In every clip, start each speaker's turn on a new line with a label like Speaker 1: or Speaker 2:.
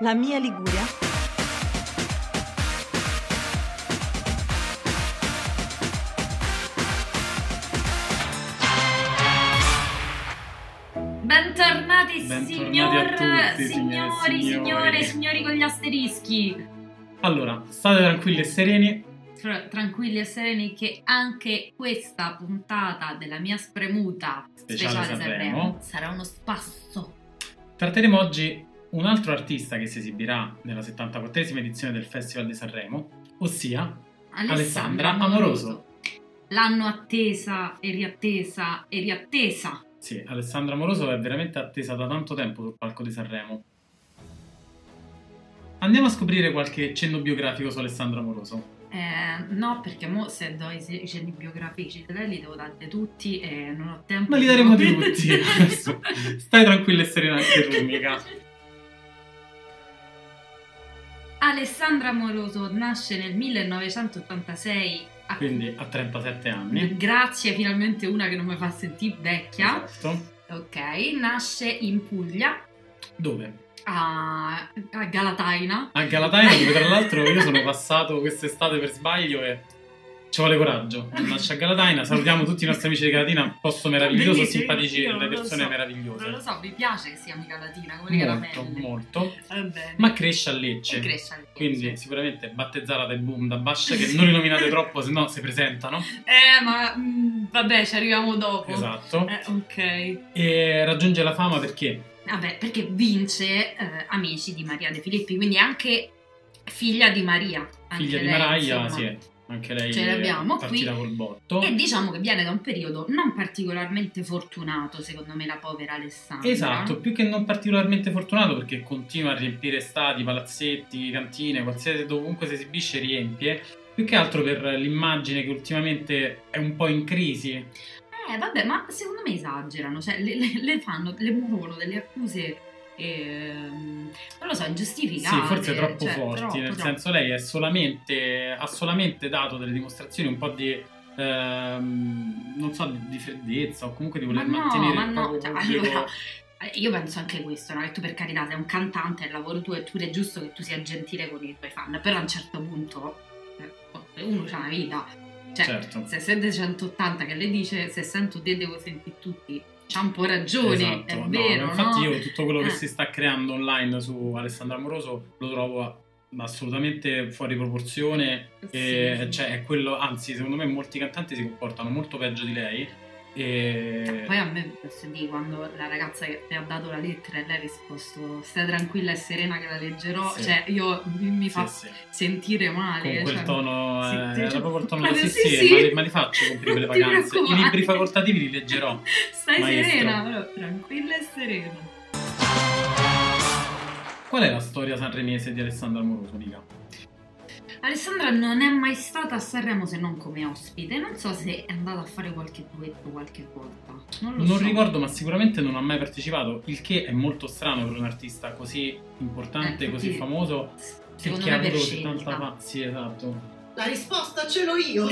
Speaker 1: La mia Liguria.
Speaker 2: Bentornati,
Speaker 3: Bentornati
Speaker 2: signor,
Speaker 3: a tutti, signore e
Speaker 2: signori, signore,
Speaker 3: signori.
Speaker 2: signori con gli asterischi.
Speaker 3: Allora, state tranquilli e sereni.
Speaker 2: Tra- tranquilli e sereni che anche questa puntata della mia spremuta
Speaker 3: Speciale Sanremo.
Speaker 2: sarà uno spasso.
Speaker 3: Tratteremo oggi un altro artista che si esibirà nella 74esima edizione del Festival di Sanremo, ossia Alessandra Amoroso.
Speaker 2: L'hanno attesa e riattesa e riattesa.
Speaker 3: Sì, Alessandra Moroso è veramente attesa da tanto tempo sul palco di Sanremo. Andiamo a scoprire qualche cenno biografico su Alessandra Moroso.
Speaker 2: Eh, no, perché mo se do i se- i geni biografici te li devo dare tutti e non ho tempo.
Speaker 3: Ma li daremo tutti. Adesso Stai tranquilla e serena anche tu, mica.
Speaker 2: Alessandra Amoroso nasce nel 1986 a-
Speaker 3: Quindi a 37 anni.
Speaker 2: Grazie, finalmente una che non mi fa sentire vecchia.
Speaker 3: Esatto.
Speaker 2: Ok, nasce in Puglia,
Speaker 3: Dove?
Speaker 2: a, a Galataina.
Speaker 3: A Galataina, dove tra l'altro io sono passato quest'estate per sbaglio e ci vuole coraggio. Nasce a Galataina, salutiamo tutti i nostri amici di Galatina, un posto meraviglioso,
Speaker 2: Bellissimo,
Speaker 3: simpatici,
Speaker 2: io non
Speaker 3: delle
Speaker 2: lo
Speaker 3: persone
Speaker 2: so,
Speaker 3: meravigliose.
Speaker 2: Non lo so, mi piace che si chiami Galatina, come le
Speaker 3: Molto,
Speaker 2: caramelle.
Speaker 3: molto.
Speaker 2: Va bene.
Speaker 3: Ma cresce a Lecce.
Speaker 2: E cresce anche.
Speaker 3: Quindi sicuramente battezzata del boom da Bash che non rinominate troppo, se no si presentano.
Speaker 2: Eh, ma mm, vabbè, ci arriviamo dopo.
Speaker 3: Esatto.
Speaker 2: Eh, ok.
Speaker 3: E raggiunge la fama perché
Speaker 2: Vabbè, perché vince eh, Amici di Maria De Filippi, quindi è anche figlia di Maria. anche
Speaker 3: figlia di
Speaker 2: lei,
Speaker 3: Maraglia,
Speaker 2: insomma.
Speaker 3: sì, anche lei
Speaker 2: Ce l'abbiamo
Speaker 3: è partita
Speaker 2: qui.
Speaker 3: col botto.
Speaker 2: E diciamo che viene da un periodo non particolarmente fortunato, secondo me, la povera Alessandra.
Speaker 3: Esatto, più che non particolarmente fortunato perché continua a riempire stadi, palazzetti, cantine, qualsiasi dovunque si esibisce riempie, più che altro per l'immagine che ultimamente è un po' in crisi.
Speaker 2: Eh, vabbè, ma secondo me esagerano, cioè le, le- le fanno, le muovono delle accuse, ehm, non lo so, ingiustificate.
Speaker 3: Sì, forse troppo
Speaker 2: cioè,
Speaker 3: forti,
Speaker 2: troppo,
Speaker 3: nel
Speaker 2: troppo.
Speaker 3: senso lei è solamente, ha solamente dato delle dimostrazioni un po' di, ehm, non so, di, di freddezza o comunque di
Speaker 2: Ma
Speaker 3: voler
Speaker 2: no,
Speaker 3: mantenere
Speaker 2: ma
Speaker 3: il
Speaker 2: no,
Speaker 3: proprio
Speaker 2: cioè,
Speaker 3: pubblico.
Speaker 2: allora, eh, io penso anche questo, no? Che tu per carità sei un cantante, è il lavoro tuo e tu è giusto che tu sia gentile con i tuoi fan, però a un certo punto eh, uno c'ha una vita, cioè
Speaker 3: Certo.
Speaker 2: se sente 180 che le dice se sento te devo sentire tutti, c'ha un po' ragione,
Speaker 3: Esatto,
Speaker 2: è
Speaker 3: no,
Speaker 2: vero,
Speaker 3: infatti
Speaker 2: no?
Speaker 3: io tutto quello
Speaker 2: Eh.
Speaker 3: che si sta creando online su Alessandro Amoroso lo trovo assolutamente fuori proporzione e,
Speaker 2: Sì, sì.
Speaker 3: cioè, è quello, anzi secondo me molti cantanti si comportano molto peggio di lei e
Speaker 2: Cioè, Poi a me posso dire quando la ragazza che mi ha dato la lettera e lei ha risposto stai tranquilla e serena che la leggerò,
Speaker 3: Sì.
Speaker 2: cioè io mi, mi fa
Speaker 3: Sì, sì.
Speaker 2: sentire male.
Speaker 3: con quel
Speaker 2: cioè,
Speaker 3: tono
Speaker 2: sì,
Speaker 3: eh,
Speaker 2: ti-
Speaker 3: era proprio il tono
Speaker 2: proprio sì,
Speaker 3: sì, sì,
Speaker 2: sì.
Speaker 3: Ma, li, ma li faccio comprire le
Speaker 2: Non ti
Speaker 3: vacanze i
Speaker 2: preoccupare.
Speaker 3: libri facoltativi li leggerò
Speaker 2: Stai
Speaker 3: Maestro.
Speaker 2: serena, però, tranquilla e serena.
Speaker 3: qual è la storia sanremese di Alessandro Amoroso dica?
Speaker 2: Alessandra non è mai stata a Sanremo se non come ospite. Non so se è andata a fare qualche duetto qualche volta. Non lo
Speaker 3: Non
Speaker 2: so.
Speaker 3: ricordo, ma sicuramente non ha mai partecipato, il che è molto strano per un artista così importante,
Speaker 2: Eh,
Speaker 3: così
Speaker 2: sì.
Speaker 3: famoso.
Speaker 2: Secondo
Speaker 3: perché
Speaker 2: me
Speaker 3: ha
Speaker 2: per
Speaker 3: avuto
Speaker 2: scelta.
Speaker 3: 70 fa- Sì, esatto.
Speaker 4: La risposta ce l'ho io.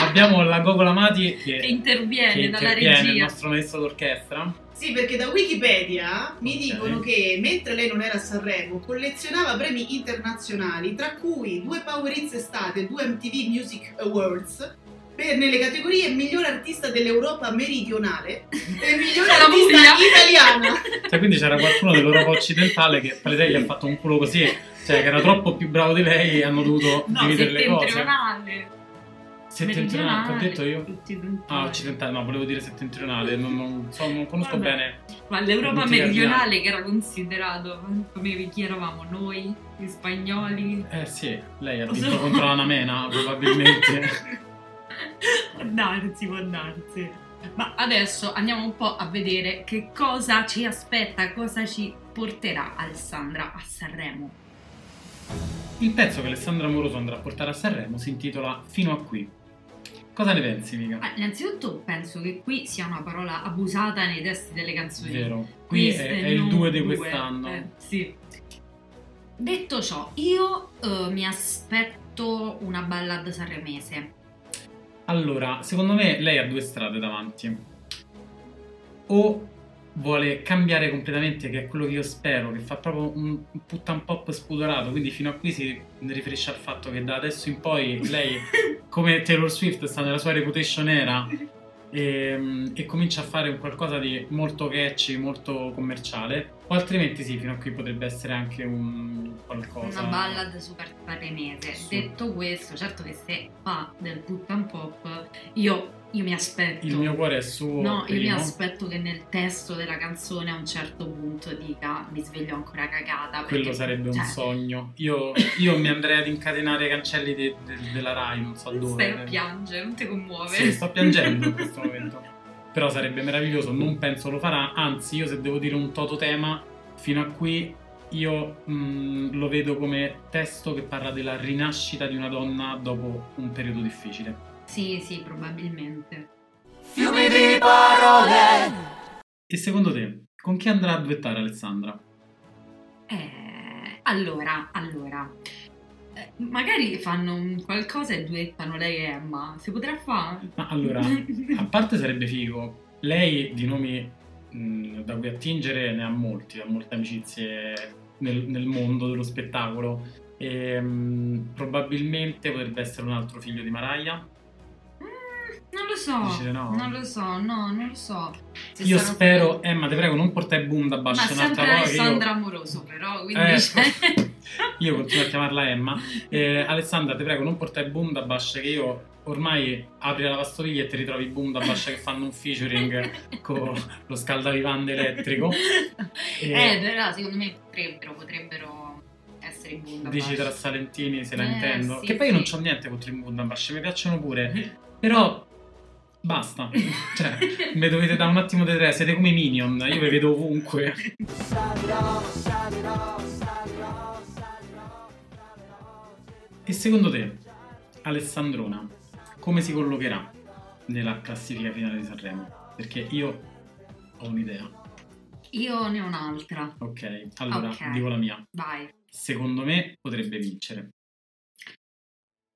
Speaker 3: Abbiamo la Gogola Mati che,
Speaker 2: Che interviene
Speaker 3: che
Speaker 2: dalla
Speaker 3: interviene, il
Speaker 2: regia.
Speaker 3: nostro maestro d'orchestra.
Speaker 4: sì, perché da Wikipedia mi
Speaker 3: Ok.
Speaker 4: dicono che mentre lei non era a Sanremo collezionava premi internazionali, tra cui due Power Hits estate e due MTV Music Awards. Per, nelle categorie miglior artista dell'Europa meridionale e miglior
Speaker 2: Della
Speaker 4: artista
Speaker 2: Puglia.
Speaker 4: Cioè, italiana.
Speaker 3: Cioè, quindi c'era qualcuno dell'Europa occidentale che per lei gli ha fatto un culo così, cioè che era troppo più bravo di lei e hanno dovuto
Speaker 2: No,
Speaker 3: dividere le cose.
Speaker 2: settentrionale.
Speaker 3: Settentrionale, che ho detto io?
Speaker 2: Settentrionale.
Speaker 3: Ah, occidentale, no, volevo dire settentrionale, non, non so, non conosco
Speaker 2: Vabbè.
Speaker 3: bene.
Speaker 2: Ma l'Europa
Speaker 3: Tutti
Speaker 2: meridionale che era considerato come chi eravamo noi, gli spagnoli.
Speaker 3: Eh sì, lei ha vinto contro la Namena, probabilmente.
Speaker 2: può darsi, può darsi. Ma adesso andiamo un po' a vedere che cosa ci aspetta, cosa ci porterà Alessandra a Sanremo.
Speaker 3: Il pezzo che Alessandra Moroso andrà a portare a Sanremo si intitola Fino a qui. Cosa ne pensi, mica?
Speaker 2: Ah, innanzitutto penso che qui sia una parola abusata nei testi delle canzoni.
Speaker 3: Vero. Qui
Speaker 2: Questa
Speaker 3: è,
Speaker 2: e
Speaker 3: è il
Speaker 2: non
Speaker 3: 2 di
Speaker 2: due.
Speaker 3: quest'anno.
Speaker 2: Eh, sì. Detto ciò, io eh, mi aspetto una ballad sanremese.
Speaker 3: Allora, secondo me lei ha due strade davanti. O vuole cambiare completamente, che è quello che io spero, che fa proprio un un puttan pop spudorato, quindi fino a qui si riferisce al fatto che da adesso in poi lei, come Taylor Swift, sta nella sua reputation era e, e comincia a fare un qualcosa di molto catchy, molto commerciale, o altrimenti sì, fino a qui potrebbe essere anche un qualcosa...
Speaker 2: Una ballad super parenese.
Speaker 3: Sì.
Speaker 2: Detto questo, certo che se fa del puttan pop, io, io mi aspetto.
Speaker 3: Il mio cuore è suo.
Speaker 2: No, io mi
Speaker 3: primo.
Speaker 2: aspetto che nel testo della canzone a un certo punto dica mi sveglio ancora cagata. perché-
Speaker 3: Quello sarebbe
Speaker 2: cioè,
Speaker 3: un sogno. Io, io mi andrei ad incatenare i cancelli de- de- della Rai, non so dove.
Speaker 2: Stai a piangere, non ti commuove.
Speaker 3: eh. Sì, sto piangendo in questo momento. Però sarebbe meraviglioso, non penso lo farà. Anzi, io se devo dire un tototema, fino a qui io mh, lo vedo come testo che parla della rinascita di una donna dopo un periodo difficile.
Speaker 2: Sì, sì, probabilmente.
Speaker 1: Fiumi di parole.
Speaker 3: E secondo te, con chi andrà a duettare Alessandra?
Speaker 2: Eh, allora, allora. Eh, Magari fanno un qualcosa e duettano lei e Emma. Si potrà Mm, fare?
Speaker 3: Ma allora, A parte sarebbe figo, lei di nomi mh, da cui attingere ne ha molti, ha molte amicizie nel, nel mondo dello spettacolo. E, mh, probabilmente potrebbe essere un altro figlio di Maraia.
Speaker 2: Mm, Non lo so,
Speaker 3: Dici di no?
Speaker 2: non lo so, no, non lo so. Se
Speaker 3: Io
Speaker 2: sarà-
Speaker 3: spero, Emma, ti prego, non portare Bunda
Speaker 2: Ma
Speaker 3: Bash un'altra
Speaker 2: sempre
Speaker 3: volta. che io-
Speaker 2: Alessandra Amoroso, però, quindi...
Speaker 3: Eh,
Speaker 2: cioè-
Speaker 3: Io continuo a chiamarla Emma. Eh, Alessandra, ti prego, non portare Bundabash che io ormai apri la lavastoviglie e ti ritrovi Bundabash che fanno un featuring con lo scaldavivande elettrico.
Speaker 2: Eh, però secondo me potrebbero, potrebbero essere in bunda.
Speaker 3: Dici
Speaker 2: basta.
Speaker 3: tra Salentini se la
Speaker 2: Eh,
Speaker 3: intendo.
Speaker 2: sì,
Speaker 3: che poi
Speaker 2: sì.
Speaker 3: io
Speaker 2: Mm-hmm.
Speaker 3: non c'ho niente contro i Bundabash, mi piacciono pure. Però basta. Cioè, mi dovete dare un attimo di tre, siete come i Minion, io vi vedo ovunque.
Speaker 1: Salirò, salirò, salirò, salirò,
Speaker 3: E secondo te, Alessandrona, come si collocherà nella classifica finale di Sanremo? Perché io ho un'idea.
Speaker 2: Io ne ho un'altra,
Speaker 3: Ok, allora
Speaker 2: Ok.
Speaker 3: dico la mia.
Speaker 2: vai.
Speaker 3: Secondo me potrebbe vincere.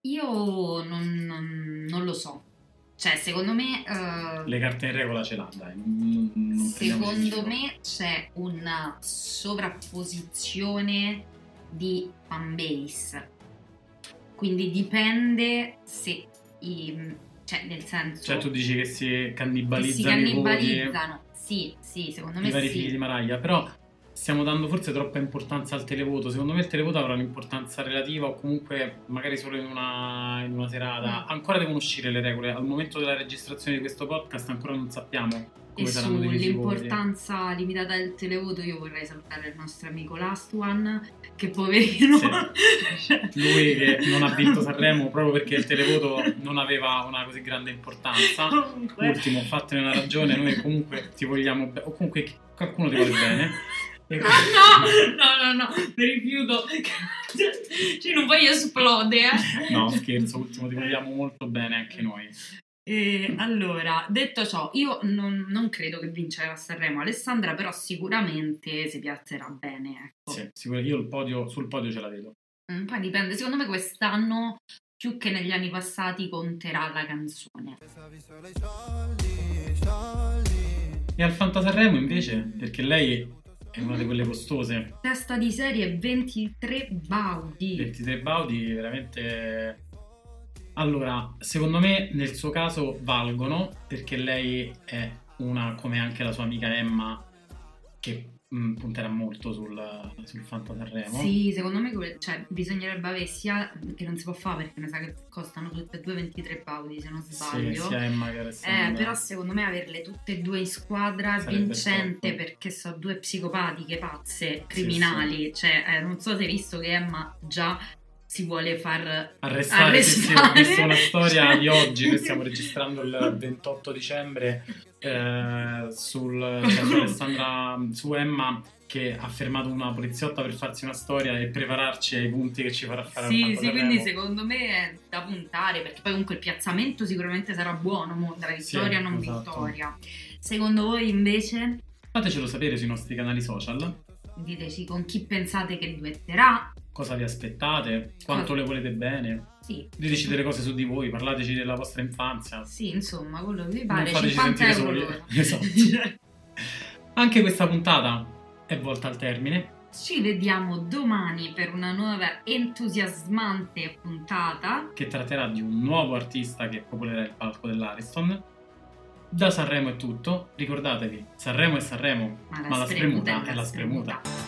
Speaker 2: Io non, non- non lo so. Cioè, secondo me... eh,
Speaker 3: Le carte in regola ce l'ha, dai. non- non- non prendiamoci in
Speaker 2: Secondo
Speaker 3: giro.
Speaker 2: me c'è una sovrapposizione di fanbase. Quindi dipende se i- cioè nel senso
Speaker 3: Cioè, tu dici che si
Speaker 2: che si
Speaker 3: cannibalizzano i voti.
Speaker 2: cannibalizzano. Sì, sì, secondo
Speaker 3: i
Speaker 2: me
Speaker 3: vari
Speaker 2: sì.
Speaker 3: figli di Maraia, però stiamo dando forse troppa importanza al televoto. Secondo me il televoto avrà un'importanza relativa o comunque magari solo in una, in una serata.
Speaker 2: Mm.
Speaker 3: Ancora devono uscire le regole. Al momento della registrazione di questo podcast ancora non sappiamo
Speaker 2: E
Speaker 3: come saranno divisi i voti.
Speaker 2: sull'importanza limitata del televoto io vorrei salutare il nostro amico Lastuan, che poverino...
Speaker 3: Sì. Lui che non ha vinto Sanremo proprio perché il televoto non aveva una così grande importanza.
Speaker 2: Comunque.
Speaker 3: Ultimo, fatene una ragione, noi comunque ti vogliamo bene, o comunque chi- qualcuno ti vuole bene. E-
Speaker 2: Ah, no, no, no, no, mi rifiuto. Cioè, non voglio esplodere. eh.
Speaker 3: No, scherzo, ultimo, ti vogliamo molto bene anche noi.
Speaker 2: Eh, allora, detto ciò, io non, non credo che vincerà Sanremo Alessandra, però sicuramente si piazzerà bene. Ecco.
Speaker 3: Sì, sicuramente io il podio, sul podio ce la vedo.
Speaker 2: Mm, Poi dipende, secondo me quest'anno più che negli anni passati conterà la canzone.
Speaker 3: E al Fantasanremo invece, perché lei è una di quelle costose.
Speaker 2: Testa di serie 23 Baudi.
Speaker 3: 23 Baudi, veramente... Allora, secondo me nel suo caso valgono, perché lei è una, come anche la sua amica Emma, che mh, punterà molto sul, sul Fantasanremo.
Speaker 2: Sì, secondo me que- cioè, bisognerebbe avere sia che non si può fare perché mi sa che costano tutte e due 23 Baudi se non
Speaker 3: Sì,
Speaker 2: sbaglio.
Speaker 3: sia Emma che
Speaker 2: Eh,
Speaker 3: Alessandra.
Speaker 2: però secondo me averle tutte e due in squadra è
Speaker 3: Sarebbe
Speaker 2: vincente
Speaker 3: top.
Speaker 2: perché sono due psicopatiche pazze, criminali, cioè eh, non so se hai visto che Emma già si vuole far
Speaker 3: Arrestare, sì, sì, ho
Speaker 2: Arrestare. Cioè.
Speaker 3: visto una storia di oggi, noi stiamo registrando il 28 dicembre eh, sul, cioè, su Alessandra, su Emma che ha fermato una poliziotta per farsi una storia e prepararci ai punti che ci farà fare al
Speaker 2: Sì,
Speaker 3: Fantasanremo.
Speaker 2: sì, quindi secondo me è da puntare perché poi comunque il piazzamento sicuramente sarà buono mo, tra vittoria e non
Speaker 3: esatto.
Speaker 2: vittoria. Secondo voi invece
Speaker 3: Fatecelo sapere sui nostri canali social,
Speaker 2: diteci con chi pensate che duetterà?
Speaker 3: cosa vi aspettate, quanto le volete bene,
Speaker 2: Sì,
Speaker 3: diteci delle cose su di voi, parlateci della vostra infanzia,
Speaker 2: sì, insomma, quello che vi
Speaker 3: non
Speaker 2: pare,
Speaker 3: fateci
Speaker 2: 50
Speaker 3: sentire
Speaker 2: euro
Speaker 3: soli.
Speaker 2: l'ora.
Speaker 3: Esatto. Anche questa puntata è volta al termine.
Speaker 2: Ci vediamo domani per una nuova entusiasmante puntata.
Speaker 3: che tratterà di un nuovo artista che popolerà il palco dell'Ariston. Da Sanremo è tutto, ricordatevi, Sanremo è Sanremo, ma la, spremuta, è la spremuta.
Speaker 2: spremuta.